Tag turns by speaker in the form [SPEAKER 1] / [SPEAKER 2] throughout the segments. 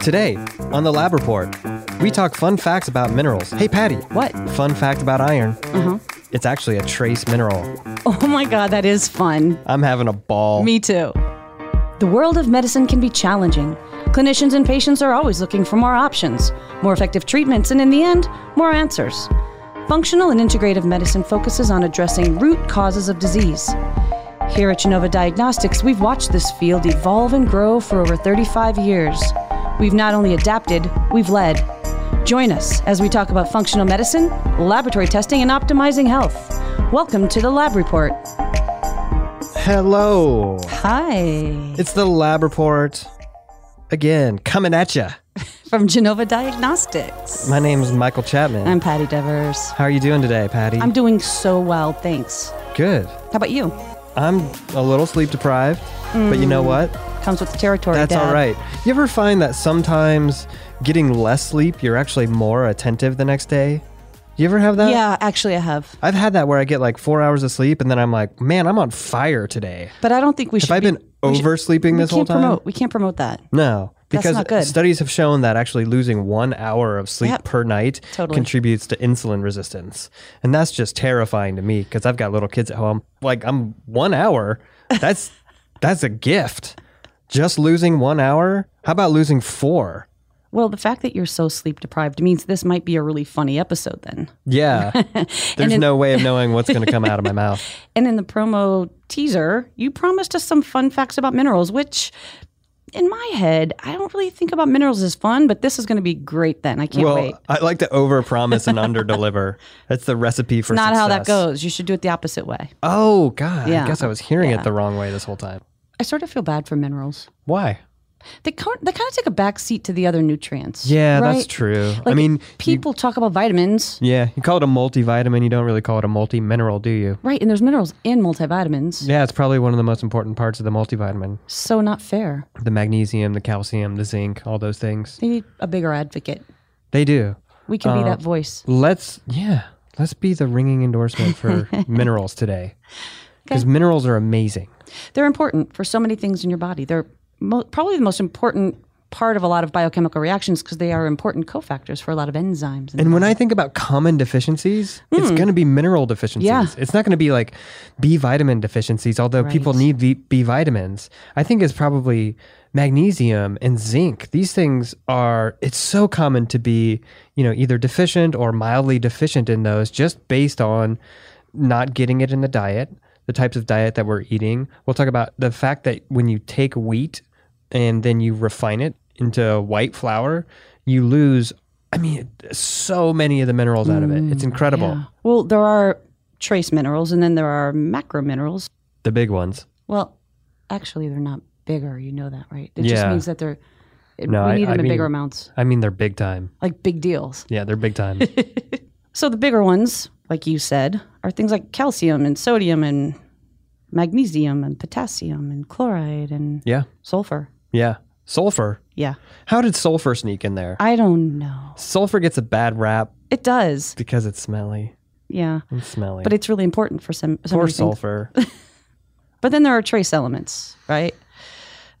[SPEAKER 1] Today, on the Lab Report, we talk fun facts about minerals. Hey, Patty.
[SPEAKER 2] What?
[SPEAKER 1] Fun fact about iron.
[SPEAKER 2] Mm-hmm.
[SPEAKER 1] It's actually a trace mineral.
[SPEAKER 2] Oh my God, that is fun.
[SPEAKER 1] I'm having a ball.
[SPEAKER 2] Me too. The world of medicine can be challenging. Clinicians and patients are always looking for more options, more effective treatments, and in the end, more answers. Functional and integrative medicine focuses on addressing root causes of disease. Here at Genova Diagnostics, we've watched this field evolve and grow for over 35 years. We've not only adapted, we've led. Join us as we talk about functional medicine, laboratory testing, and optimizing health. Welcome to the Lab Report.
[SPEAKER 1] Hello.
[SPEAKER 2] Hi.
[SPEAKER 1] It's the Lab Report. Again, coming at ya.
[SPEAKER 2] From Genova Diagnostics.
[SPEAKER 1] My name's Michael Chapman.
[SPEAKER 2] I'm Patty Devers.
[SPEAKER 1] How are you doing today, Patty?
[SPEAKER 2] I'm doing so well, thanks.
[SPEAKER 1] good.
[SPEAKER 2] How about you?
[SPEAKER 1] I'm a little sleep deprived, but you know
[SPEAKER 2] Mm,
[SPEAKER 1] what?
[SPEAKER 2] Comes with the territory.
[SPEAKER 1] That's
[SPEAKER 2] Dad.
[SPEAKER 1] all right. You ever find that sometimes getting less sleep, you're actually more attentive the next day? You ever have that?
[SPEAKER 2] Yeah, actually, I have.
[SPEAKER 1] I've had that where I get like four hours of sleep and then I'm like, man, I'm on fire today.
[SPEAKER 2] But I don't think we should.
[SPEAKER 1] Have I
[SPEAKER 2] be-
[SPEAKER 1] been
[SPEAKER 2] we should-
[SPEAKER 1] oversleeping
[SPEAKER 2] we
[SPEAKER 1] this whole
[SPEAKER 2] can't
[SPEAKER 1] time?
[SPEAKER 2] Promote, we can't promote that.
[SPEAKER 1] No.
[SPEAKER 2] That's
[SPEAKER 1] Because
[SPEAKER 2] not good.
[SPEAKER 1] studies have shown that actually losing one hour of sleep
[SPEAKER 2] Yep.
[SPEAKER 1] per night
[SPEAKER 2] Totally.
[SPEAKER 1] contributes to insulin resistance. And that's just terrifying to me because I've got little kids at home. Like I'm one hour. That's that's a gift. Just losing one hour? How about losing four?
[SPEAKER 2] Well, the fact that you're so sleep deprived means this might be a really funny episode then.
[SPEAKER 1] Yeah. There's
[SPEAKER 2] in-
[SPEAKER 1] no way of knowing what's gonna come out of my mouth.
[SPEAKER 2] And in the promo teaser, you promised us some fun facts about minerals, which in my head, I don't really think about minerals as fun, but this is going to be great then. I can't
[SPEAKER 1] well,
[SPEAKER 2] wait.
[SPEAKER 1] I like to overpromise and underdeliver. That's the recipe for
[SPEAKER 2] Not how that
[SPEAKER 1] success.
[SPEAKER 2] goes. You should do it the opposite way.
[SPEAKER 1] Oh God! I
[SPEAKER 2] Yeah.
[SPEAKER 1] guess I was hearing it the wrong way this whole time.
[SPEAKER 2] I sort of feel bad for minerals.
[SPEAKER 1] Why?
[SPEAKER 2] They, co- they kind of take a back seat to the other nutrients.
[SPEAKER 1] Yeah, that's
[SPEAKER 2] right?
[SPEAKER 1] true. I
[SPEAKER 2] Like,
[SPEAKER 1] mean,
[SPEAKER 2] people talk about vitamins,
[SPEAKER 1] yeah, you call it a multivitamin. You don't really call it a multi-mineral, do you?
[SPEAKER 2] right? And there's minerals in multivitamins.
[SPEAKER 1] Yeah, it's probably one of the most important parts of the multivitamin:
[SPEAKER 2] So not fair.
[SPEAKER 1] the magnesium, the calcium, the zinc, all those things.
[SPEAKER 2] They need a bigger advocate.
[SPEAKER 1] They do.
[SPEAKER 2] We can be
[SPEAKER 1] Uh,
[SPEAKER 2] that voice.
[SPEAKER 1] Let's yeah, let's be the ringing endorsement for minerals today, because minerals are amazing.
[SPEAKER 2] They're important for so many things in your body. They're mo- probably the most important part of a lot of biochemical reactions because they are important cofactors for a lot of enzymes. And,
[SPEAKER 1] And when I think about common deficiencies, it's going to be mineral deficiencies.
[SPEAKER 2] Yeah.
[SPEAKER 1] It's not going to be like B vitamin deficiencies, although people need v- B vitamins. I think it's probably magnesium and zinc. These things are, it's so common to be, you know, either deficient or mildly deficient in those just based on not getting it in the diet, the types of diet that we're eating. We'll talk about the fact that when you take wheat and then you refine it into white flour, you lose, I mean, so many of the minerals out of it.
[SPEAKER 2] Mm,
[SPEAKER 1] It's incredible.
[SPEAKER 2] well, there are trace minerals and then there are macro minerals.
[SPEAKER 1] The big ones.
[SPEAKER 2] Well, actually, they're not bigger. You know that, right? It just
[SPEAKER 1] Yeah.
[SPEAKER 2] means that they're, it,
[SPEAKER 1] No,
[SPEAKER 2] we
[SPEAKER 1] I-
[SPEAKER 2] need them
[SPEAKER 1] I
[SPEAKER 2] in
[SPEAKER 1] mean-
[SPEAKER 2] bigger amounts,
[SPEAKER 1] I mean, they're big time.
[SPEAKER 2] like big deals.
[SPEAKER 1] Yeah, they're big time.
[SPEAKER 2] So the bigger ones, like you said, are things like calcium and sodium and magnesium and potassium and chloride and
[SPEAKER 1] yeah.
[SPEAKER 2] sulfur.
[SPEAKER 1] Yeah. Sulfur.
[SPEAKER 2] Yeah.
[SPEAKER 1] How did sulfur sneak in there?
[SPEAKER 2] I don't know.
[SPEAKER 1] Sulfur gets a bad rap
[SPEAKER 2] It does.
[SPEAKER 1] because it's smelly.
[SPEAKER 2] Yeah.
[SPEAKER 1] It's smelly.
[SPEAKER 2] But it's really important for some, some
[SPEAKER 1] Poor
[SPEAKER 2] reasons.
[SPEAKER 1] sulfur.
[SPEAKER 2] But then there are trace elements, right?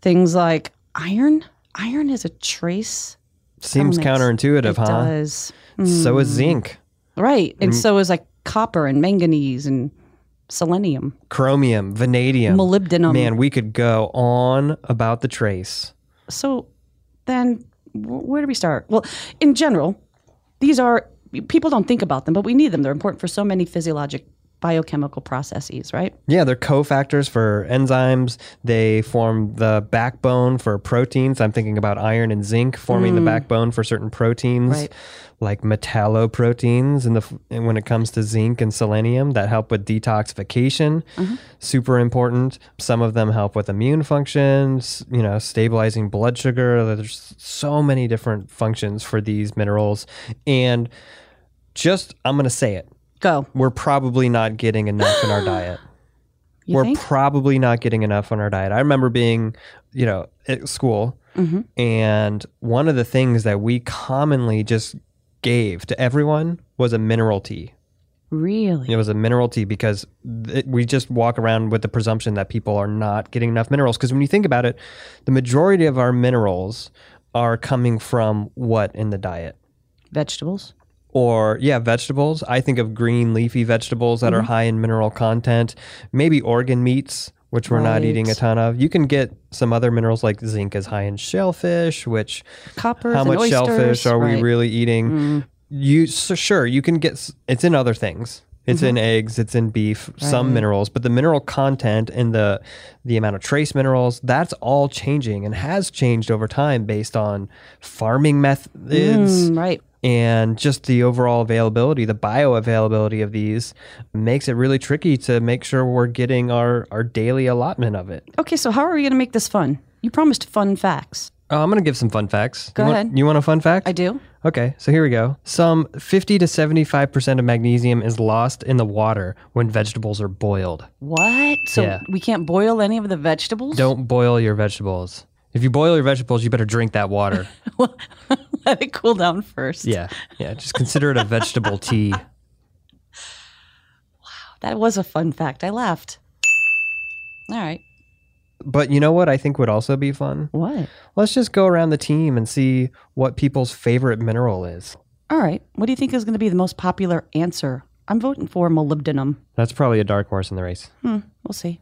[SPEAKER 2] Things like iron. Iron is a trace.
[SPEAKER 1] Seems
[SPEAKER 2] Elements.
[SPEAKER 1] counterintuitive,
[SPEAKER 2] It
[SPEAKER 1] huh? Mm.
[SPEAKER 2] does. Mm.
[SPEAKER 1] So is zinc,
[SPEAKER 2] Right. And so is like copper and manganese and selenium,
[SPEAKER 1] chromium, vanadium.
[SPEAKER 2] molybdenum.
[SPEAKER 1] Man, we could go on about the trace.
[SPEAKER 2] so then wh- where do we start well in general these are people don't think about them but we need them they're important for so many physiologic biochemical processes right
[SPEAKER 1] Yeah, they're cofactors for enzymes. They form the backbone for proteins. I'm thinking about iron and zinc forming the backbone for certain proteins,
[SPEAKER 2] Right.
[SPEAKER 1] like metalloproteins, and the f- and when it comes to zinc and selenium, that help with detoxification. Super important. Some of them help with immune functions. You know, stabilizing blood sugar. There's so many different functions for these minerals, and just I'm gonna say it
[SPEAKER 2] go
[SPEAKER 1] we're probably not getting enough in our diet. we're
[SPEAKER 2] think?
[SPEAKER 1] probably not getting enough on our diet. I remember being, you know, at school, and one of the things that we commonly just gave to everyone was a mineral tea.
[SPEAKER 2] really
[SPEAKER 1] It was a mineral tea because th- we just walk around with the presumption that people are not getting enough minerals. Because when you think about it, the majority of our minerals are coming from what in the diet?
[SPEAKER 2] Vegetables.
[SPEAKER 1] Or, yeah, vegetables. I think of green leafy vegetables that are
[SPEAKER 2] Mm-hmm.
[SPEAKER 1] high in mineral content, maybe organ meats, which we're not eating a
[SPEAKER 2] Right.
[SPEAKER 1] ton of. You can get some other minerals like zinc is high in shellfish, which
[SPEAKER 2] Coppers
[SPEAKER 1] how
[SPEAKER 2] and
[SPEAKER 1] much shellfish
[SPEAKER 2] oysters,
[SPEAKER 1] are we
[SPEAKER 2] right. Mm.
[SPEAKER 1] really eating? You so sure you can get s- it's in other things. It's in
[SPEAKER 2] Mm-hmm.
[SPEAKER 1] eggs, it's in beef, some minerals, but the mineral content and the the amount of trace minerals that's all changing and has changed over time based on farming methods
[SPEAKER 2] Mm, right.
[SPEAKER 1] and just the overall availability, the bioavailability of these makes it really tricky to make sure we're getting our our daily allotment of it.
[SPEAKER 2] Okay, so how are we going to make this fun? You promised fun facts.
[SPEAKER 1] Uh, I'm going to give some fun facts. Go you want,
[SPEAKER 2] ahead.
[SPEAKER 1] You want a fun fact?
[SPEAKER 2] I do.
[SPEAKER 1] Okay, so here we go. Some 50 to 75% of magnesium is lost in the water when vegetables are boiled.
[SPEAKER 2] What? So
[SPEAKER 1] Yeah.
[SPEAKER 2] we can't boil any of the vegetables?
[SPEAKER 1] Don't boil your vegetables. If you boil your vegetables, you better drink that water.
[SPEAKER 2] Let it cool down first.
[SPEAKER 1] yeah, yeah, just consider it a vegetable tea.
[SPEAKER 2] That was a fun fact. I laughed. All right.
[SPEAKER 1] But you know what I think would also be fun?
[SPEAKER 2] What?
[SPEAKER 1] Let's just go around the team and see what people's favorite mineral is.
[SPEAKER 2] All right. What do you think is going to be the most popular answer? I'm voting for molybdenum.
[SPEAKER 1] That's probably a dark horse in the race.
[SPEAKER 2] Hmm. We'll see.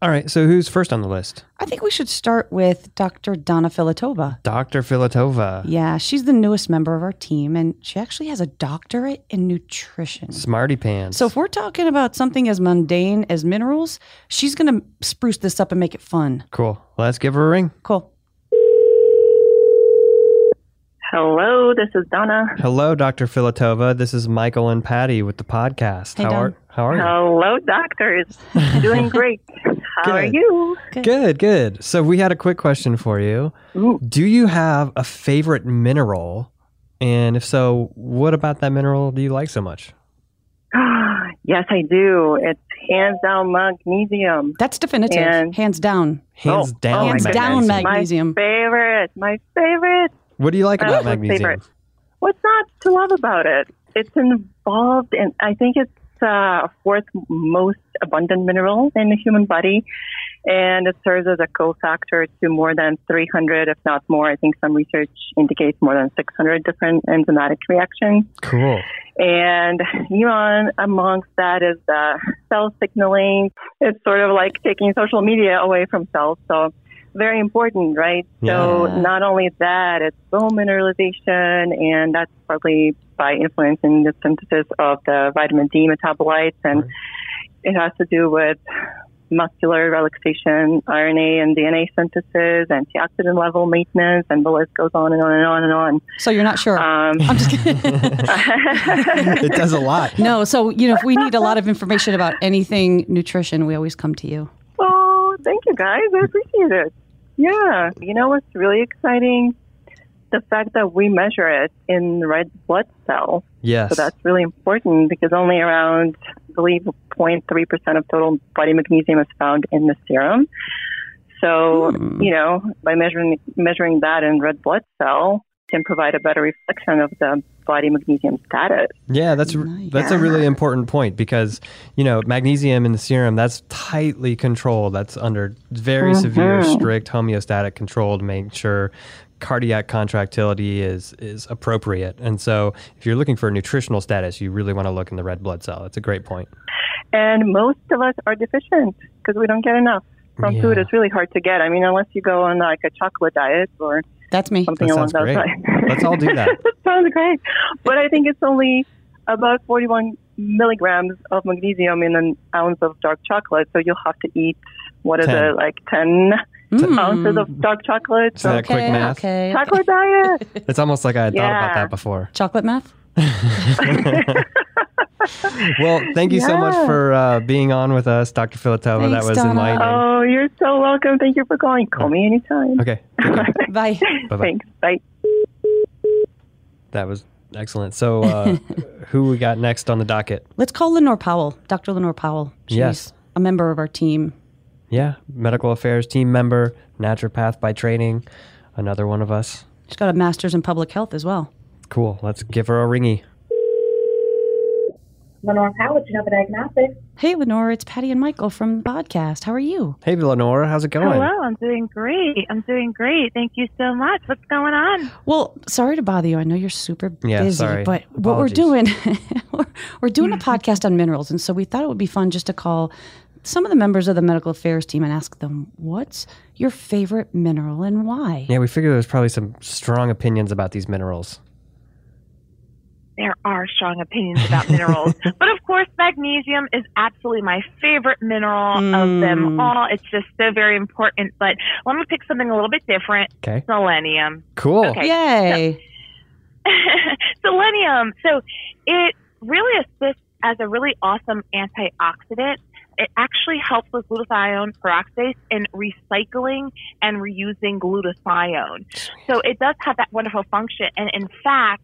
[SPEAKER 1] All right, so who's first on the list?
[SPEAKER 2] I think we should start with Dr. Donna Filatova.
[SPEAKER 1] Dr. Filatova.
[SPEAKER 2] Yeah, she's the newest member of our team, and she actually has a doctorate in nutrition.
[SPEAKER 1] Smarty pants.
[SPEAKER 2] So if we're talking about something as mundane as minerals, she's going to spruce this up and make it fun.
[SPEAKER 1] cool. Let's give her a ring.
[SPEAKER 2] Cool.
[SPEAKER 3] Hello, this is Donna.
[SPEAKER 1] Hello, Dr. Filatova. This is Michael and Patty with the podcast.
[SPEAKER 2] Hey,
[SPEAKER 1] how
[SPEAKER 2] Don.
[SPEAKER 1] are how are you?
[SPEAKER 3] Hello, doctors. Doing great. How are
[SPEAKER 1] Good.
[SPEAKER 3] you?
[SPEAKER 1] Good, good. So we had a quick question for you.
[SPEAKER 3] Ooh.
[SPEAKER 1] Do you have a favorite mineral? And if so, what about that mineral do you like so much?
[SPEAKER 3] Oh, yes, I do. It's hands down magnesium.
[SPEAKER 2] That's definitive.
[SPEAKER 3] And-
[SPEAKER 2] hands down.
[SPEAKER 1] Hands
[SPEAKER 3] Oh,
[SPEAKER 1] down.
[SPEAKER 3] oh my
[SPEAKER 2] Hands
[SPEAKER 3] goodness.
[SPEAKER 2] down,
[SPEAKER 1] magnesium.
[SPEAKER 2] Meg. Magnesium.
[SPEAKER 3] My favorite. My favorite.
[SPEAKER 1] What do you like
[SPEAKER 3] My
[SPEAKER 1] about
[SPEAKER 3] absolute
[SPEAKER 1] magnesium?
[SPEAKER 3] favorite. What's not to love about it? It's involved, and I think it's uh, fourth most abundant mineral in the human body, and it serves as a cofactor to more than 300, if not more. I think some research indicates more than 600 different enzymatic reactions.
[SPEAKER 1] Cool.
[SPEAKER 3] And Elon, amongst that is the cell signaling. It's sort of like taking social media away from cells. So very important, right? So
[SPEAKER 2] Yeah.
[SPEAKER 3] not only that, it's bone mineralization, and that's partly by influencing the synthesis of the vitamin D metabolites, and it has to do with muscular relaxation, RNA and DNA synthesis, antioxidant level maintenance, and the list goes on and on and on and on.
[SPEAKER 2] So you're not sure.
[SPEAKER 3] Um,
[SPEAKER 2] I'm just kidding.
[SPEAKER 1] it does a lot.
[SPEAKER 2] no, so you know, if we need a lot of information about anything nutrition, we always come to you.
[SPEAKER 3] Oh, thank you guys. I appreciate it. Yeah. You know what's really exciting? The fact that we measure it in red blood cells.
[SPEAKER 1] Yes.
[SPEAKER 3] So that's really important because only around, I believe, 0.3% of total body magnesium is found in the serum. So, you know, by measuring, measuring that in red blood cell can provide a better reflection of the body magnesium status.
[SPEAKER 1] Yeah, that's r
[SPEAKER 2] Nice.
[SPEAKER 1] that's a really important point because you know magnesium in the serum that's tightly controlled. That's under very
[SPEAKER 3] Mm-hmm.
[SPEAKER 1] severe, strict homeostatic control to make sure cardiac contractility is is appropriate. And so, if you're looking for nutritional status, you really want to look in the red blood cell. That's a great point.
[SPEAKER 3] And most of us are deficient because we don't get enough from
[SPEAKER 1] Yeah.
[SPEAKER 3] food. It's really hard to get. I mean, unless you go on like a chocolate diet or
[SPEAKER 2] That's me.
[SPEAKER 3] something
[SPEAKER 1] That
[SPEAKER 3] along
[SPEAKER 1] sounds great.
[SPEAKER 3] those lines.
[SPEAKER 1] Let's all do that.
[SPEAKER 3] that sounds great. But I think it's only about 41 milligrams of magnesium in an ounce of dark chocolate. So you'll have to eat, what is
[SPEAKER 1] Ten.
[SPEAKER 3] it, like 10
[SPEAKER 2] Mm.
[SPEAKER 3] ounces of dark chocolate?
[SPEAKER 1] Is that a quick
[SPEAKER 2] Okay,
[SPEAKER 1] math?
[SPEAKER 2] okay.
[SPEAKER 3] Chocolate diet.
[SPEAKER 1] It's almost like I had thought about
[SPEAKER 3] Yeah.
[SPEAKER 1] that before.
[SPEAKER 2] Chocolate math?
[SPEAKER 1] Well, thank you so much
[SPEAKER 3] Yeah.
[SPEAKER 1] for uh, being on with us, Dr. Filatova.
[SPEAKER 2] Thanks,
[SPEAKER 1] that was
[SPEAKER 2] Donna.
[SPEAKER 1] enlightening.
[SPEAKER 3] Oh, you're so welcome. Thank you for calling. Call me anytime.
[SPEAKER 1] Okay,
[SPEAKER 2] Bye.
[SPEAKER 1] Bye-bye.
[SPEAKER 3] Oh. Thanks. Bye.
[SPEAKER 1] that was excellent. So, uh, who we got next on the docket?
[SPEAKER 2] Let's call Lenore Powell, Dr. Lenore Powell. She's
[SPEAKER 1] Yes.
[SPEAKER 2] a member of our team.
[SPEAKER 1] Yeah, medical affairs team member, naturopath by training, another one of us.
[SPEAKER 2] She's got a master's in public health as well.
[SPEAKER 1] Cool. Let's give her a ringy.
[SPEAKER 4] Lenore Powell, Genova Diagnostics.
[SPEAKER 2] Hey, Lenore, it's Patty and Michael from the podcast. How are you?
[SPEAKER 1] Hey, Lenora, how's it going?
[SPEAKER 5] Hello, I'm doing great. I'm doing great. Thank you so much. What's going on?
[SPEAKER 2] Well, sorry to bother you. I know you're super
[SPEAKER 1] Yeah,
[SPEAKER 2] busy,
[SPEAKER 1] sorry.
[SPEAKER 2] but what we're
[SPEAKER 1] Apologies.
[SPEAKER 2] doing, we're, we're doing a podcast on minerals, and so we thought it would be fun just to call some of the members of the medical affairs team and ask them, "What's your favorite mineral and why?"
[SPEAKER 1] Yeah, we figure there's probably some strong opinions about these minerals.
[SPEAKER 5] There are strong opinions about minerals, but of course, magnesium is absolutely my favorite mineral of them
[SPEAKER 2] Mm.
[SPEAKER 5] all. It's just so very important. But let me pick something a little bit different
[SPEAKER 1] Okay.
[SPEAKER 5] selenium.
[SPEAKER 1] Cool.
[SPEAKER 5] Okay.
[SPEAKER 2] Yay!
[SPEAKER 5] selenium. So it really assists as a really awesome antioxidant. It actually helps with glutathione peroxidase in recycling and reusing glutathione. So it does have that wonderful function. And in fact,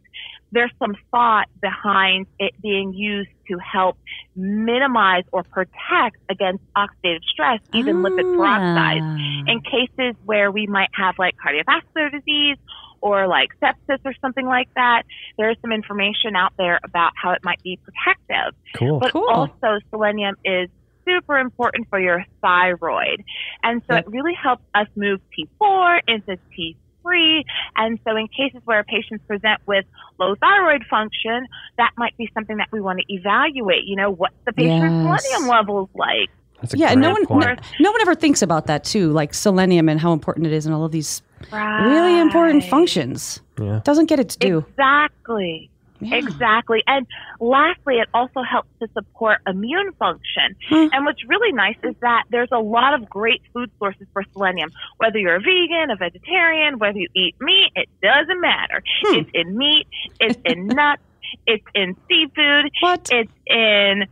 [SPEAKER 5] there's some thought behind it being used to help minimize or protect against oxidative stress, even lipid peroxide
[SPEAKER 2] Ah.
[SPEAKER 5] in cases where we might have like cardiovascular disease or like sepsis or something like that, there is some information out there about how it might be protective.
[SPEAKER 1] Cool.
[SPEAKER 5] But
[SPEAKER 2] Cool.
[SPEAKER 5] also, selenium is super important for your thyroid. And so
[SPEAKER 2] Yep.
[SPEAKER 5] it really helps us move T4 into T3. And so, in cases where patients present with low thyroid function, that might be something that we want to evaluate. You know, what's the patient's
[SPEAKER 2] Yes.
[SPEAKER 5] selenium levels like?
[SPEAKER 1] That's a
[SPEAKER 2] yeah, and no
[SPEAKER 1] great
[SPEAKER 2] one,
[SPEAKER 1] point.
[SPEAKER 2] no, no one ever thinks about that too, like selenium and how important it is, and all of these really important
[SPEAKER 5] Right.
[SPEAKER 2] functions.
[SPEAKER 1] Yeah.
[SPEAKER 2] Doesn't get its due.
[SPEAKER 5] Exactly.
[SPEAKER 2] Yeah.
[SPEAKER 5] Exactly. And lastly, it also helps to support immune function.
[SPEAKER 2] Hmm.
[SPEAKER 5] And what's really nice is that there's a lot of great food sources for selenium. Whether you're a vegan, a vegetarian, whether you eat meat, it doesn't matter.
[SPEAKER 2] Hmm.
[SPEAKER 5] It's in meat, it's in nuts, it's in seafood,
[SPEAKER 2] What?
[SPEAKER 5] it's in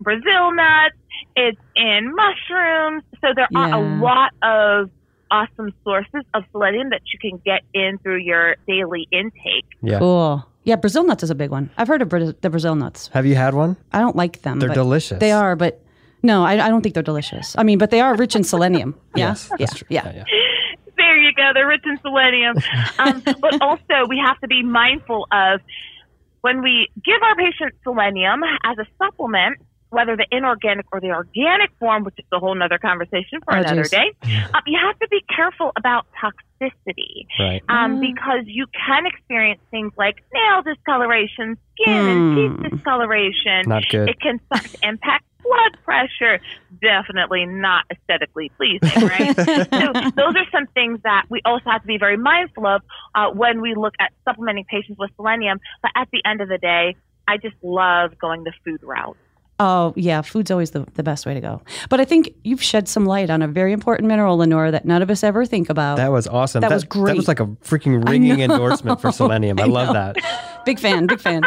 [SPEAKER 5] Brazil nuts, it's in mushrooms. So there are a
[SPEAKER 2] Yeah.
[SPEAKER 5] lot of awesome sources of selenium that you can get in through your daily intake.
[SPEAKER 1] Yeah.
[SPEAKER 2] Cool. Yeah, Brazil nuts is a big one. I've heard of Bra- the Brazil nuts.
[SPEAKER 1] Have you had one?
[SPEAKER 2] I don't like them.
[SPEAKER 1] They're
[SPEAKER 2] but
[SPEAKER 1] delicious.
[SPEAKER 2] They are, but no, I, I don't think they're delicious. I mean, but they are rich in selenium. Yeah.
[SPEAKER 1] Yes,
[SPEAKER 2] yeah.
[SPEAKER 1] that's true.
[SPEAKER 2] Yeah.
[SPEAKER 1] yeah.
[SPEAKER 5] There you go. They're rich in selenium. Um, but also, we have to be mindful of when we give our patients selenium as a supplement, whether the inorganic or the organic form, which is a whole nother conversation for
[SPEAKER 2] Oh,
[SPEAKER 5] another
[SPEAKER 2] geez.
[SPEAKER 5] day, um, you have to be careful about toxicity
[SPEAKER 1] Right.
[SPEAKER 5] um,
[SPEAKER 2] Mm.
[SPEAKER 5] because you can experience things like nail discoloration, skin and
[SPEAKER 2] Hmm.
[SPEAKER 5] teeth discoloration.
[SPEAKER 1] Not good.
[SPEAKER 5] It can start to impact blood pressure. Definitely not aesthetically pleasing, right? so those are some things that we also have to be very mindful of uh, when we look at supplementing patients with selenium. But at the end of the day, I just love going the food route.
[SPEAKER 2] Oh, yeah. Food's always the, the best way to go. But I think you've shed some light on a very important mineral, Lenora, that none of us ever think about.
[SPEAKER 1] That was awesome.
[SPEAKER 2] That was
[SPEAKER 1] That
[SPEAKER 2] great.
[SPEAKER 1] was like a freaking ringing endorsement for selenium. I,
[SPEAKER 2] I
[SPEAKER 1] love
[SPEAKER 2] know.
[SPEAKER 1] that.
[SPEAKER 2] big fan. Big fan.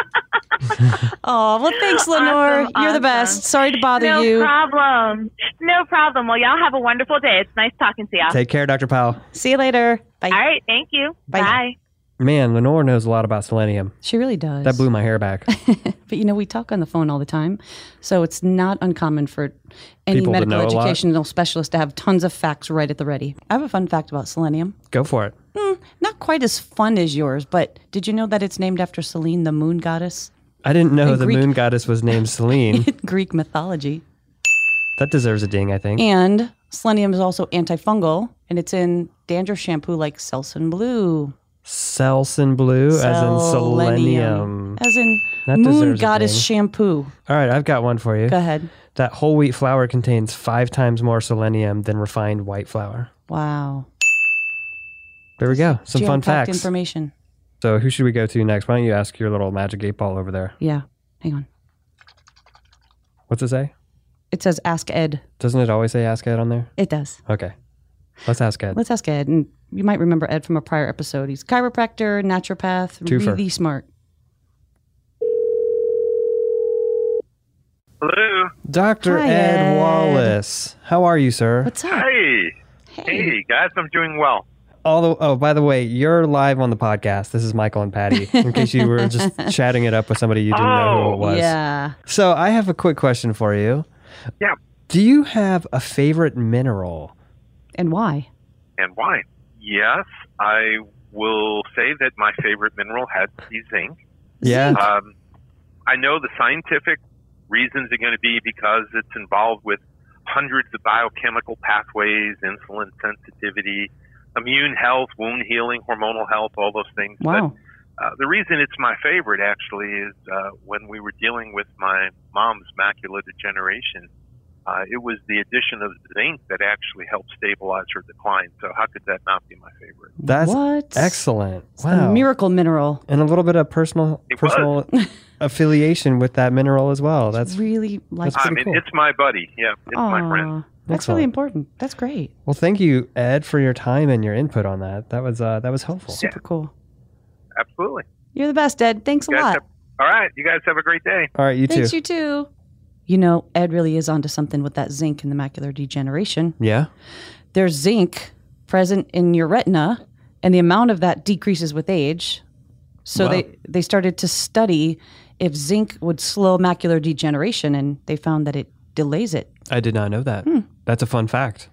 [SPEAKER 2] oh, well, thanks, Lenore.
[SPEAKER 5] Awesome,
[SPEAKER 2] You're the
[SPEAKER 5] awesome.
[SPEAKER 2] best. Sorry to bother
[SPEAKER 5] no
[SPEAKER 2] you.
[SPEAKER 5] problem. No problem. Well, y'all have a wonderful day. It's nice talking to y'all.
[SPEAKER 1] Take care, Dr. Powell.
[SPEAKER 2] See you later. Bye.
[SPEAKER 5] All right. Thank you.
[SPEAKER 2] Bye.
[SPEAKER 5] Bye.
[SPEAKER 1] Man, Lenore knows a lot about selenium.
[SPEAKER 2] She really does.
[SPEAKER 1] That blew my hair back.
[SPEAKER 2] But you know, we talk on the phone all the time, so it's not uncommon for any
[SPEAKER 1] People to
[SPEAKER 2] medical
[SPEAKER 1] know a lot.
[SPEAKER 2] educational specialist to have tons of facts right at the ready. I have a fun fact about selenium.
[SPEAKER 1] Go for it.
[SPEAKER 2] Not quite as fun as yours, but did you know that it's named after Selene, the moon goddess?
[SPEAKER 1] I didn't know the
[SPEAKER 2] Greek-
[SPEAKER 1] moon goddess was named Selene.
[SPEAKER 2] Greek mythology.
[SPEAKER 1] that deserves a ding, I think.
[SPEAKER 2] And selenium is also antifungal, and it's in dandruff shampoo like Selsun Blue.
[SPEAKER 1] Selsun blue, as in selenium.
[SPEAKER 2] As in
[SPEAKER 1] That
[SPEAKER 2] moon
[SPEAKER 1] deserves a
[SPEAKER 2] goddess
[SPEAKER 1] ding.
[SPEAKER 2] shampoo.
[SPEAKER 1] All right, I've got one for you.
[SPEAKER 2] Go ahead.
[SPEAKER 1] That whole wheat flour contains five times more selenium than refined white flour.
[SPEAKER 2] Wow.
[SPEAKER 1] There we go. Some fun
[SPEAKER 2] Jam-packed
[SPEAKER 1] facts.
[SPEAKER 2] information.
[SPEAKER 1] So, who should we go to next? Why don't you ask your little magic eight ball over there?
[SPEAKER 2] Yeah. Hang on.
[SPEAKER 1] What's it say?
[SPEAKER 2] It says ask Ed.
[SPEAKER 1] Doesn't it always say ask Ed on there?
[SPEAKER 2] It does.
[SPEAKER 1] Okay. Let's ask Ed.
[SPEAKER 2] Let's ask Ed. And you might remember Ed from a prior episode. He's a chiropractor, naturopath,
[SPEAKER 1] Twofer.
[SPEAKER 2] really smart.
[SPEAKER 6] Hello.
[SPEAKER 1] Dr.
[SPEAKER 2] Hi,
[SPEAKER 1] Ed,
[SPEAKER 2] Ed.
[SPEAKER 1] Wallace. How are you, sir?
[SPEAKER 2] What's up?
[SPEAKER 6] Hey. Hey, guys. I'm doing well.
[SPEAKER 1] All the, oh, by the way, you're live on the podcast. This is Michael and Patty, in case you were just chatting it up with somebody you didn't know who it
[SPEAKER 6] Oh.
[SPEAKER 1] was.
[SPEAKER 2] Yeah.
[SPEAKER 1] So, I have a quick question for you.
[SPEAKER 6] Yeah.
[SPEAKER 1] Do you have a favorite mineral?
[SPEAKER 2] And why?
[SPEAKER 6] And why? Yes, I will say that my favorite mineral had to be zinc.
[SPEAKER 1] Yeah.
[SPEAKER 6] Um, I know the scientific reasons are going to be because it's involved with hundreds of biochemical pathways, insulin sensitivity, immune health, wound healing, hormonal health, all those things.
[SPEAKER 2] Wow.
[SPEAKER 6] But, uh, the reason it's my favorite actually is uh, when we were dealing with my mom's macular degeneration, uh, it was the addition of zinc that actually helped stabilize her decline. So how could that not be my favorite?
[SPEAKER 1] That's
[SPEAKER 2] What?
[SPEAKER 1] excellent.
[SPEAKER 2] It's
[SPEAKER 1] Wow.
[SPEAKER 2] a miracle mineral.
[SPEAKER 1] and a little bit of personal
[SPEAKER 6] It
[SPEAKER 1] personal affiliation with that mineral as well. That's
[SPEAKER 2] really like
[SPEAKER 1] That's
[SPEAKER 6] I mean,
[SPEAKER 1] pretty cool.
[SPEAKER 6] it's my buddy. Yeah, it's my friend.
[SPEAKER 2] Aw, that's
[SPEAKER 1] Excellent.
[SPEAKER 2] really important. That's great.
[SPEAKER 1] well. Thank you, Ed, for your time and your input on that. That was uh, that was helpful.
[SPEAKER 2] Super cool.
[SPEAKER 6] Absolutely.
[SPEAKER 2] You're the best, Ed. Thanks a
[SPEAKER 6] You guys
[SPEAKER 2] lot.
[SPEAKER 6] have- all right. You guys have a great day.
[SPEAKER 1] All right, you
[SPEAKER 2] Thanks
[SPEAKER 1] too.
[SPEAKER 2] you too. You know, Ed really is onto something with that zinc in the macular degeneration.
[SPEAKER 1] yeah.
[SPEAKER 2] there's zinc present in your retina, and the amount of that decreases with age. So
[SPEAKER 1] Wow.
[SPEAKER 2] they, they started to study if zinc would slow macular degeneration, and they found that it delays it.
[SPEAKER 1] I did not know that.
[SPEAKER 2] Hmm.
[SPEAKER 1] That's a fun fact.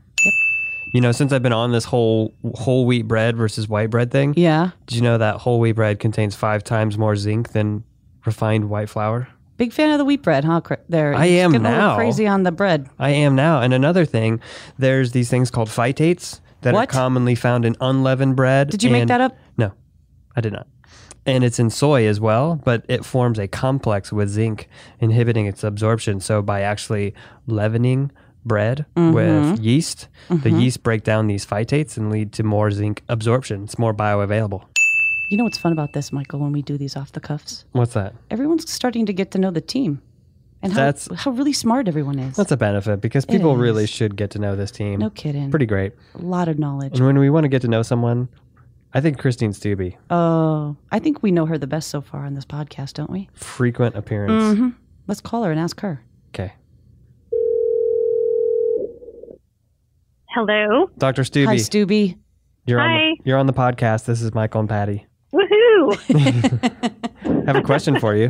[SPEAKER 1] You know, since I've been on this whole whole wheat bread versus white bread thing,
[SPEAKER 2] Yeah.
[SPEAKER 1] did you know that whole wheat bread contains five times more zinc than refined white flour?
[SPEAKER 2] Big fan of the wheat bread, huh? Cra- There,
[SPEAKER 1] I
[SPEAKER 2] You're
[SPEAKER 1] am
[SPEAKER 2] getting a little
[SPEAKER 1] now.
[SPEAKER 2] crazy on the bread.
[SPEAKER 1] I am now. And another thing, there's these things called phytates that
[SPEAKER 2] What?
[SPEAKER 1] are commonly found in unleavened bread.
[SPEAKER 2] Did you make
[SPEAKER 1] and-
[SPEAKER 2] that up?
[SPEAKER 1] No, I did not. And it's in soy as well, but it forms a complex with zinc, inhibiting its absorption. So by actually leavening bread with
[SPEAKER 2] Mm-hmm.
[SPEAKER 1] yeast, the yeast break down these phytates and lead to more zinc absorption. It's more bioavailable.
[SPEAKER 2] You know what's fun about this, Michael? When we do these off the cuffs,
[SPEAKER 1] What's that?
[SPEAKER 2] everyone's starting to get to know the team, and how,
[SPEAKER 1] That's-
[SPEAKER 2] how really smart everyone is.
[SPEAKER 1] That's a benefit because people really
[SPEAKER 2] is.
[SPEAKER 1] should get to know this team.
[SPEAKER 2] no kidding.
[SPEAKER 1] Pretty great.
[SPEAKER 2] a lot of knowledge.
[SPEAKER 1] And when we want to get to know someone, I think Christine Stubbe,
[SPEAKER 2] Oh, I think we know her the best so far on this podcast, don't we?
[SPEAKER 1] frequent appearance.
[SPEAKER 2] hmm Let's call her and ask her.
[SPEAKER 1] Okay.
[SPEAKER 5] Hello.
[SPEAKER 1] Dr. Stubbe,
[SPEAKER 2] Hi, Stubby.
[SPEAKER 1] you're, On
[SPEAKER 5] Hi.
[SPEAKER 1] the, you're on the podcast. This is Michael and Patty.
[SPEAKER 5] Woohoo.
[SPEAKER 1] have a question for you.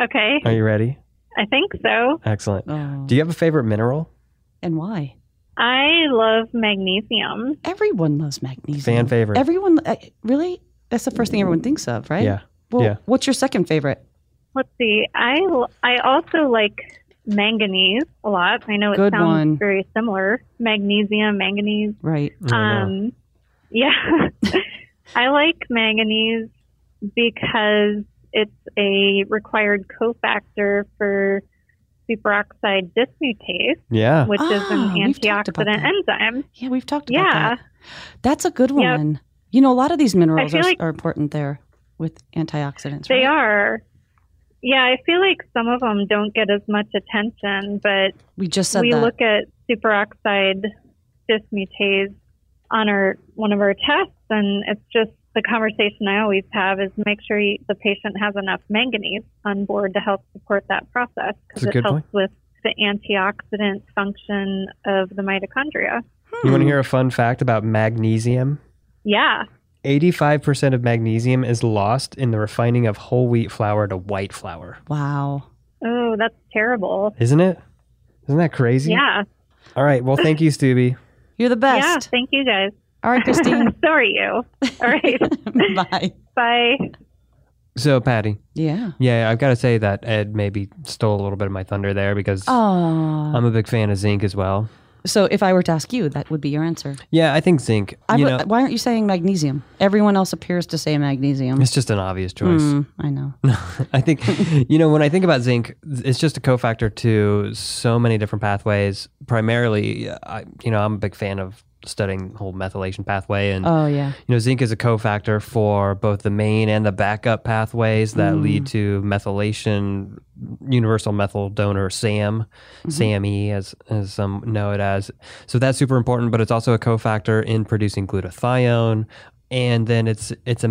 [SPEAKER 5] Okay.
[SPEAKER 1] Are you ready?
[SPEAKER 5] I think so.
[SPEAKER 1] Excellent.
[SPEAKER 2] Oh.
[SPEAKER 1] Do you have a favorite mineral?
[SPEAKER 2] and why?
[SPEAKER 5] I love magnesium.
[SPEAKER 2] Everyone loves magnesium.
[SPEAKER 1] Fan favorite.
[SPEAKER 2] Everyone, uh, really? That's the first thing everyone thinks of, right?
[SPEAKER 1] Yeah.
[SPEAKER 2] Well,
[SPEAKER 1] yeah.
[SPEAKER 2] what's your second favorite?
[SPEAKER 5] Let's see. I l- I also like manganese a lot. I know it
[SPEAKER 2] Good
[SPEAKER 5] sounds
[SPEAKER 2] one.
[SPEAKER 5] very similar. Magnesium, manganese.
[SPEAKER 2] Right.
[SPEAKER 1] I don't know.
[SPEAKER 5] Um, yeah, I like manganese because it's a required cofactor for superoxide dismutase,
[SPEAKER 1] yeah.
[SPEAKER 5] which is
[SPEAKER 2] Ah,
[SPEAKER 5] an
[SPEAKER 2] we've talked about
[SPEAKER 5] antioxidant
[SPEAKER 2] that.
[SPEAKER 5] enzyme.
[SPEAKER 2] Yeah, we've talked about
[SPEAKER 5] Yeah.
[SPEAKER 2] that. That's a good
[SPEAKER 5] Yep.
[SPEAKER 2] one. You know, a lot of these minerals
[SPEAKER 5] feel
[SPEAKER 2] are,
[SPEAKER 5] like-
[SPEAKER 2] are important there with antioxidants.
[SPEAKER 5] They
[SPEAKER 2] right?
[SPEAKER 5] are. Yeah, I feel like some of them don't get as much attention, but
[SPEAKER 2] We just said
[SPEAKER 5] we
[SPEAKER 2] that.
[SPEAKER 5] look at superoxide dismutase on our one of our tests, and it's just the conversation I always have is make sure you, the patient has enough manganese on board to help support that process
[SPEAKER 1] That's a
[SPEAKER 5] because it
[SPEAKER 1] good
[SPEAKER 5] helps
[SPEAKER 1] point.
[SPEAKER 5] with the antioxidant function of the mitochondria.
[SPEAKER 1] You want to hear a fun fact about magnesium?
[SPEAKER 5] Yeah.
[SPEAKER 1] 85% of magnesium is lost in the refining of whole wheat flour to white flour.
[SPEAKER 2] wow.
[SPEAKER 5] Oh, that's terrible.
[SPEAKER 1] Isn't it? Isn't that crazy?
[SPEAKER 5] Yeah.
[SPEAKER 1] All right. Well, thank you, Stubby.
[SPEAKER 2] You're the
[SPEAKER 5] Yeah.
[SPEAKER 2] best.
[SPEAKER 5] Thank you guys.
[SPEAKER 2] All right, Christine.
[SPEAKER 5] Sorry, you. All right.
[SPEAKER 2] Bye.
[SPEAKER 5] Bye.
[SPEAKER 1] So, Patty,
[SPEAKER 2] Yeah.
[SPEAKER 1] yeah, I've got to say that Ed maybe stole a little bit of my thunder there because
[SPEAKER 2] Oh.
[SPEAKER 1] I'm a big fan of zinc as well.
[SPEAKER 2] So if I were to ask you, that would be your answer.
[SPEAKER 1] Yeah, I think zinc, you
[SPEAKER 2] I would,
[SPEAKER 1] know,
[SPEAKER 2] why aren't you saying magnesium? Everyone else appears to say magnesium.
[SPEAKER 1] it's just an obvious choice.
[SPEAKER 2] Mm, I know.
[SPEAKER 1] I think, you know, when I think about zinc, it's just a cofactor to so many different pathways. Primarily, I, you know, I'm a big fan of studying the whole methylation pathway, and
[SPEAKER 2] Oh yeah.
[SPEAKER 1] you know, zinc is a cofactor for both the main and the backup pathways that
[SPEAKER 2] Hmm.
[SPEAKER 1] lead to methylation, universal methyl donor SAM,
[SPEAKER 2] Mm-hmm.
[SPEAKER 1] SAMe as as some know it as. So that's super important, but it's also a cofactor in producing glutathione. And then it's it's a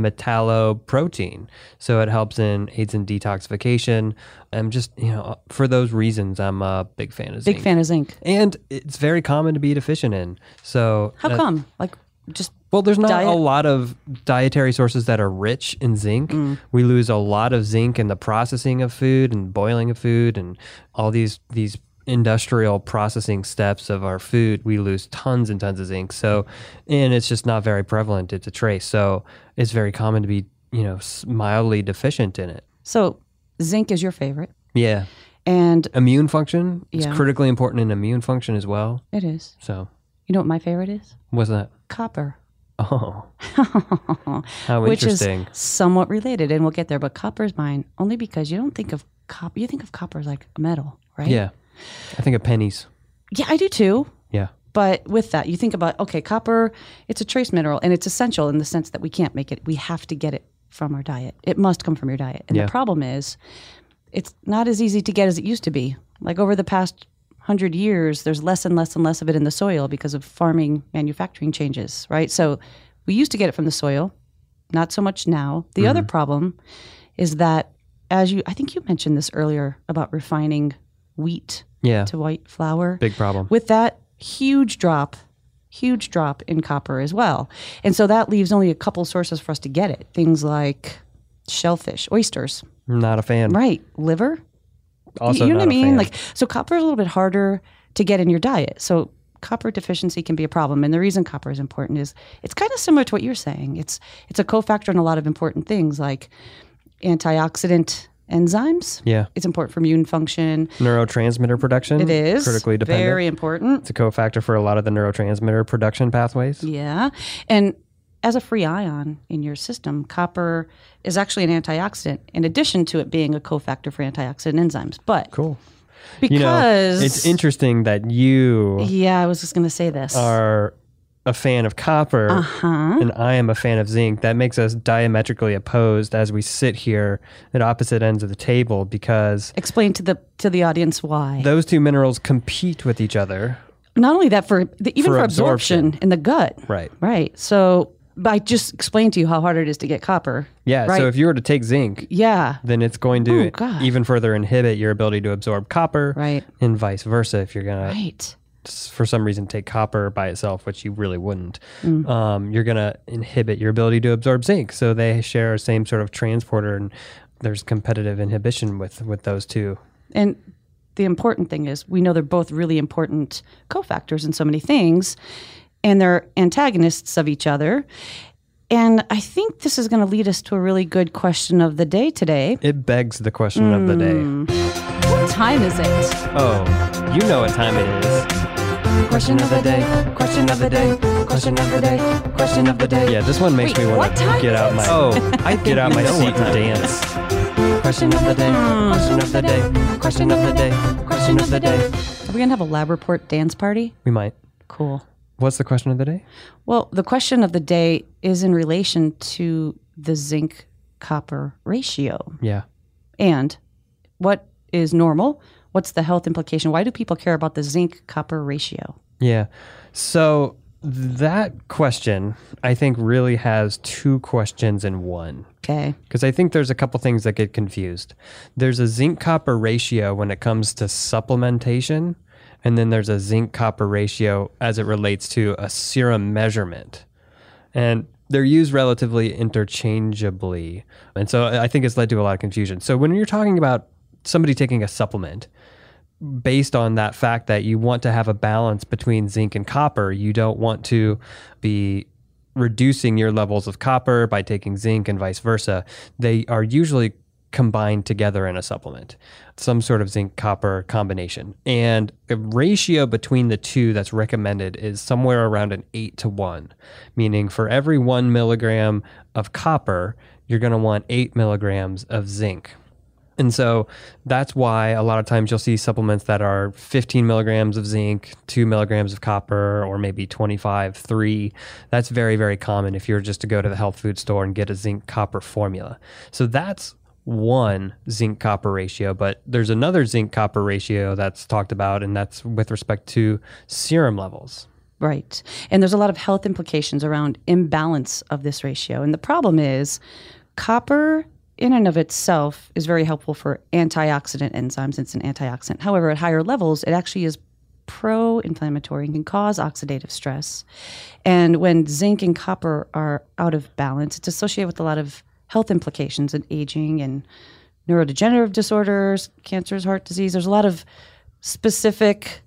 [SPEAKER 1] metalloprotein, so it helps in aids in detoxification. I'm just you know for those reasons, I'm a big fan of zinc.
[SPEAKER 2] Big fan of zinc.
[SPEAKER 1] and it's very common to be deficient in. So
[SPEAKER 2] How
[SPEAKER 1] uh,
[SPEAKER 2] come? Like just
[SPEAKER 1] well, there's not a
[SPEAKER 2] Diet-
[SPEAKER 1] lot of dietary sources that are rich in zinc.
[SPEAKER 2] Mm.
[SPEAKER 1] We lose a lot of zinc in the processing of food and boiling of food and all these these industrial processing steps of our food. We lose tons and tons of zinc. So, and it's just not very prevalent. It's a trace. So, it's very common to be you know s- mildly deficient in it.
[SPEAKER 2] so zinc is your favorite.
[SPEAKER 1] Yeah.
[SPEAKER 2] And
[SPEAKER 1] Immune function is
[SPEAKER 2] Yeah.
[SPEAKER 1] critically important in immune function as well.
[SPEAKER 2] it is.
[SPEAKER 1] So,
[SPEAKER 2] You know what my favorite is?
[SPEAKER 1] what's that?
[SPEAKER 2] Copper.
[SPEAKER 1] Oh, how
[SPEAKER 2] Which is
[SPEAKER 1] Oh, interesting.
[SPEAKER 2] somewhat related, and we'll get there. But copper is mine only because you don't think of copper. You think of copper as like a metal, right?
[SPEAKER 1] Yeah. I think of pennies.
[SPEAKER 2] Yeah, I do too.
[SPEAKER 1] Yeah.
[SPEAKER 2] But with that, you think about okay, copper, it's a trace mineral and it's essential in the sense that we can't make it. We have to get it from our diet. It must come from your diet. And
[SPEAKER 1] Yeah.
[SPEAKER 2] the problem is it's not as easy to get as it used to be. Like over the past 100 years, there's less and less and less of it in the soil because of farming manufacturing changes, right? So we used to get it from the soil, not so much now. The
[SPEAKER 1] Mm-hmm.
[SPEAKER 2] other problem is that as you I think you mentioned this earlier about refining wheat
[SPEAKER 1] Yeah.
[SPEAKER 2] to white flour
[SPEAKER 1] Big problem.
[SPEAKER 2] with that huge drop, huge drop in copper as well. And so that leaves only a couple sources for us to get it. Things like shellfish, oysters,
[SPEAKER 1] Not a fan.
[SPEAKER 2] right? Liver.
[SPEAKER 1] Also,
[SPEAKER 2] you know what I
[SPEAKER 1] not a
[SPEAKER 2] mean?
[SPEAKER 1] fan.
[SPEAKER 2] Like so copper is a little bit harder to get in your diet. So copper deficiency can be a problem. And the reason copper is important is it's kind of similar to what you're saying. It's it's a cofactor in a lot of important things like antioxidant enzymes.
[SPEAKER 1] yeah.
[SPEAKER 2] It's important for immune function.
[SPEAKER 1] Neurotransmitter production.
[SPEAKER 2] It is
[SPEAKER 1] critically dependent.
[SPEAKER 2] Very important.
[SPEAKER 1] it's a cofactor for a lot of the neurotransmitter production pathways.
[SPEAKER 2] Yeah. And as a free ion in your system, copper is actually an antioxidant in addition to it being a cofactor for antioxidant enzymes. But
[SPEAKER 1] Cool. You
[SPEAKER 2] because.
[SPEAKER 1] know, it's interesting that you
[SPEAKER 2] Yeah, I was just going to say this.
[SPEAKER 1] are a fan of copper
[SPEAKER 2] huh.
[SPEAKER 1] and I am a fan of zinc. That makes us diametrically opposed as we sit here at opposite ends of the table because
[SPEAKER 2] Explain to the to the audience why.
[SPEAKER 1] those two minerals compete with each other.
[SPEAKER 2] Not only that, for the, even
[SPEAKER 1] For
[SPEAKER 2] for, absorption. in the gut.
[SPEAKER 1] Right.
[SPEAKER 2] Right. So, but I just explained to you how hard it is to get copper.
[SPEAKER 1] Yeah.
[SPEAKER 2] Right.
[SPEAKER 1] So if you were to take zinc,
[SPEAKER 2] Yeah.
[SPEAKER 1] then it's going to
[SPEAKER 2] Oh, God.
[SPEAKER 1] even further inhibit your ability to absorb copper
[SPEAKER 2] Right.
[SPEAKER 1] and vice versa if you're going
[SPEAKER 2] Right.
[SPEAKER 1] to for some reason take copper by itself which you really wouldn't
[SPEAKER 2] Mm.
[SPEAKER 1] um, you're going to inhibit your ability to absorb zinc so they share a same sort of transporter and there's competitive inhibition with with those two
[SPEAKER 2] And the important thing is we know they're both really important cofactors in so many things, and they're antagonists of each other. And I think this is going to lead us to a really good question of the day today.
[SPEAKER 1] it begs the question of the day
[SPEAKER 2] What time is it?
[SPEAKER 1] oh you know what time it is
[SPEAKER 2] Question of the day. Question of the day. Question of the day. Question of the day.
[SPEAKER 1] yeah this one makes
[SPEAKER 2] Wait,
[SPEAKER 1] me
[SPEAKER 2] what
[SPEAKER 1] want to
[SPEAKER 2] time
[SPEAKER 1] get
[SPEAKER 2] is
[SPEAKER 1] out
[SPEAKER 2] it?
[SPEAKER 1] my oh i get out my seat and dance question of the day question of the day question of the day question of the day
[SPEAKER 2] Are we going to have a lab report dance party?
[SPEAKER 1] we might
[SPEAKER 2] Cool.
[SPEAKER 1] What's the question of the day?
[SPEAKER 2] Well, the question of the day is in relation to the zinc copper ratio.
[SPEAKER 1] Yeah.
[SPEAKER 2] and what is normal what's the health implication why do people care about the zinc copper ratio
[SPEAKER 1] Yeah. So that question, I think, really has two questions in one.
[SPEAKER 2] okay
[SPEAKER 1] Because I think there's a couple things that get confused. There's a zinc copper ratio when it comes to supplementation, and then there's a zinc copper ratio as it relates to a serum measurement. And they're used relatively interchangeably. And so I think it's led to a lot of confusion. So when you're talking about somebody taking a supplement, based on that fact that you want to have a balance between zinc and copper. You don't want to be reducing your levels of copper by taking zinc and vice versa. They are usually combined together in a supplement, some sort of zinc copper combination. And the ratio between the two that's recommended is somewhere around an eight to one, meaning for every one milligram of copper, you're going to want eight milligrams of zinc. And so that's why a lot of times you'll see supplements that are 15 milligrams of zinc, two milligrams of copper, or maybe 25, three. That's very, very common if you were just to go to the health food store and get a zinc copper formula. So that's one zinc copper ratio, but there's another zinc copper ratio that's talked about, and that's with respect to serum levels.
[SPEAKER 2] right and there's a lot of health implications around imbalance of this ratio and the problem is copper in and of itself is very helpful for antioxidant enzymes it's an antioxidant however at higher levels it actually is pro-inflammatory and can cause oxidative stress and when zinc and copper are out of balance it's associated with a lot of health implications in aging and neurodegenerative disorders, cancers, heart disease. There's a lot of specific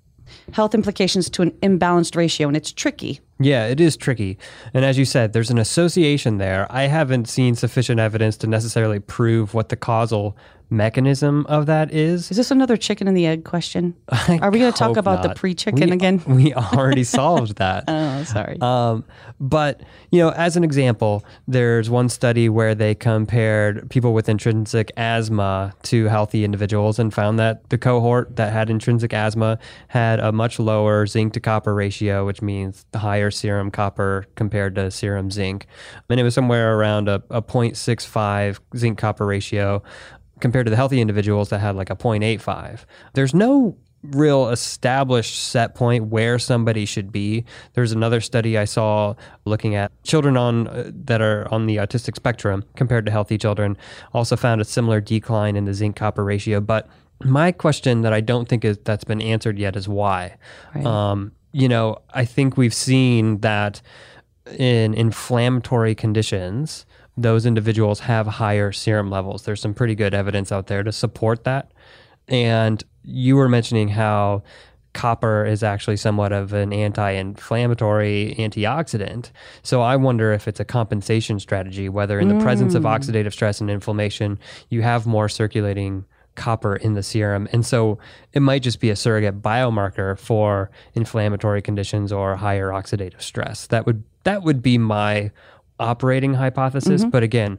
[SPEAKER 2] health implications to an imbalanced ratio, and it's tricky
[SPEAKER 1] Yeah, it is tricky. And as you said, there's an association there. I haven't seen sufficient evidence to necessarily prove what the causal mechanism of that is.
[SPEAKER 2] Is this another chicken and the egg question? Are we going to talk
[SPEAKER 1] hope
[SPEAKER 2] about the
[SPEAKER 1] not.
[SPEAKER 2] pre chicken
[SPEAKER 1] We-
[SPEAKER 2] again?
[SPEAKER 1] We already solved that.
[SPEAKER 2] Oh, sorry.
[SPEAKER 1] Um, but you know, as an example, there's one study where they compared people with intrinsic asthma to healthy individuals and found that the cohort that had intrinsic asthma had a much lower zinc to copper ratio, which means the higher serum copper compared to serum zinc, and it was somewhere around a, a 0.65 zinc copper ratio compared to the healthy individuals that had like a 0.85. There's no real established set point where somebody should be. There's another study I saw looking at children on uh, that are on the autistic spectrum compared to healthy children also found a similar decline in the zinc copper ratio, but my question that I don't think is that's been answered yet is why. Um, you know, I think we've seen that in inflammatory conditions, those individuals have higher serum levels. There's some pretty good evidence out there to support that. And you were mentioning how copper is actually somewhat of an anti inflammatory antioxidant. So I wonder if it's a compensation strategy, whether in the presence of oxidative stress and inflammation, you have more circulating copper in the serum. And so it might just be a surrogate biomarker for inflammatory conditions or higher oxidative stress. That would that would be my operating hypothesis. But again,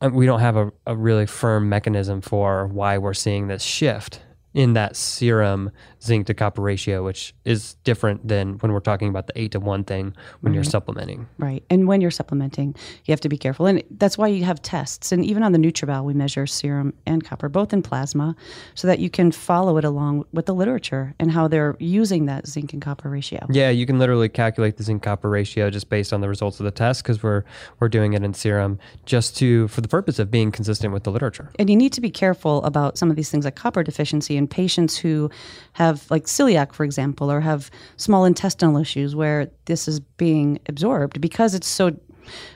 [SPEAKER 1] um, we don't have a, a really firm mechanism for why we're seeing this shift in that serum zinc to copper ratio, which is different than when we're talking about the eight to one thing when you're supplementing.
[SPEAKER 2] Right. And when you're supplementing, you have to be careful. And that's why you have tests. And even on the Nutribel, we measure serum and copper, both in plasma, so that you can follow it along with the literature and how they're using that zinc and copper ratio.
[SPEAKER 1] Yeah, you can literally calculate the zinc copper ratio just based on the results of the test because we're we're doing it in serum just to for the purpose of being consistent with the literature.
[SPEAKER 2] And you need to be careful about some of these things like copper deficiency in patients who have, like celiac, for example, or have small intestinal issues where this is being absorbed because it's so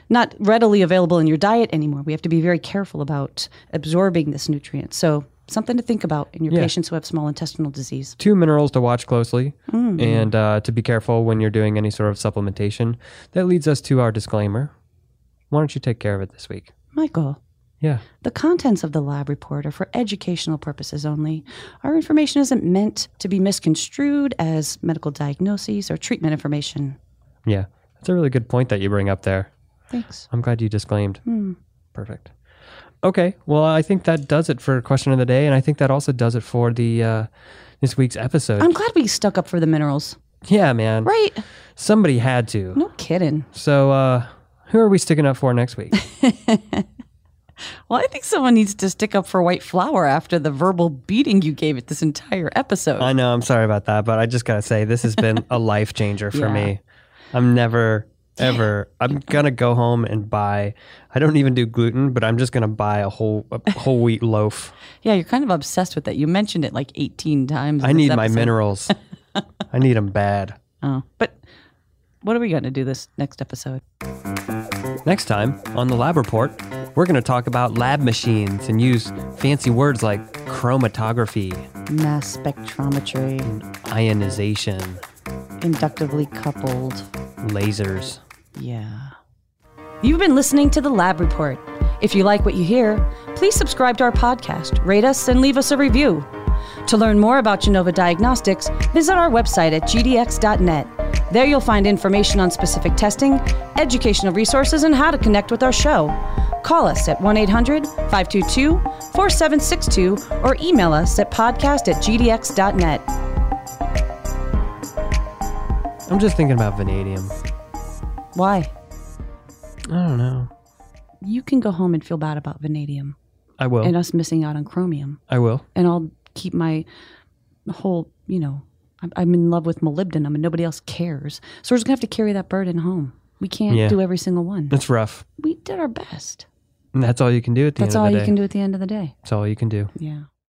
[SPEAKER 2] not readily available in your diet anymore. We have to be very careful about absorbing this nutrient. So, something to think about in your patients who have small intestinal disease.
[SPEAKER 1] Two minerals to watch closely and uh, to be careful when you're doing any sort of supplementation. That leads us to our disclaimer. Why don't you take care of it this week?
[SPEAKER 2] Michael.
[SPEAKER 1] Yeah.
[SPEAKER 2] The contents of the lab report are for educational purposes only. Our information isn't meant to be misconstrued as medical diagnoses or treatment information.
[SPEAKER 1] Yeah. That's a really good point that you bring up there.
[SPEAKER 2] Thanks.
[SPEAKER 1] I'm glad you disclaimed. Perfect. Okay. Well, I think that does it for question of the day, and I think that also does it for the uh, this week's episode.
[SPEAKER 2] I'm glad we stuck up for the minerals.
[SPEAKER 1] yeah, man.
[SPEAKER 2] Right?
[SPEAKER 1] Somebody had to.
[SPEAKER 2] No kidding.
[SPEAKER 1] So, uh, who are we sticking up for next week?
[SPEAKER 2] Well, I think someone needs to stick up for white flour after the verbal beating you gave it this entire episode.
[SPEAKER 1] I know, I'm sorry about that, but I just got to say, this has been a life changer for
[SPEAKER 2] Yeah.
[SPEAKER 1] me. I'm never, ever, I'm going to go home and buy, I don't even do gluten, but I'm just going to buy a whole, a whole wheat loaf.
[SPEAKER 2] yeah, you're kind of obsessed with that. You mentioned it like 18 times. in
[SPEAKER 1] I
[SPEAKER 2] this
[SPEAKER 1] need my
[SPEAKER 2] episode.
[SPEAKER 1] minerals. I need them bad.
[SPEAKER 2] Oh, but what are we going to do this next episode?
[SPEAKER 1] Next time on the lab report, we're going to talk about lab machines and use fancy words like chromatography,
[SPEAKER 2] Mass spectrometry,
[SPEAKER 1] ionization,
[SPEAKER 2] inductively coupled.
[SPEAKER 1] lasers.
[SPEAKER 2] Yeah.
[SPEAKER 7] You've been listening to The Lab Report. If you like what you hear, please subscribe to our podcast, rate us, and leave us a review. To learn more about Genova Diagnostics, visit our website at gdx.net. There you'll find information on specific testing, educational resources, and how to connect with our show. Call us at 1 800 522 4762 or email us at podcast at gdx.net.
[SPEAKER 1] I'm just thinking about vanadium.
[SPEAKER 2] Why?
[SPEAKER 1] I don't know.
[SPEAKER 2] You can go home and feel bad about vanadium
[SPEAKER 1] I will.
[SPEAKER 2] and us missing out on chromium.
[SPEAKER 1] I will.
[SPEAKER 2] and I'll keep my whole, you know, I'm, I'm in love with molybdenum and nobody else cares. So we're just gonna have to carry that burden home. We can't
[SPEAKER 1] Yeah.
[SPEAKER 2] do every single one.
[SPEAKER 1] That's rough.
[SPEAKER 2] We did our best.
[SPEAKER 1] And that's all you can do at the
[SPEAKER 2] That's
[SPEAKER 1] end
[SPEAKER 2] all
[SPEAKER 1] of the
[SPEAKER 2] you
[SPEAKER 1] day.
[SPEAKER 2] can do at the end of the day.
[SPEAKER 1] That's all you can do.
[SPEAKER 2] Yeah.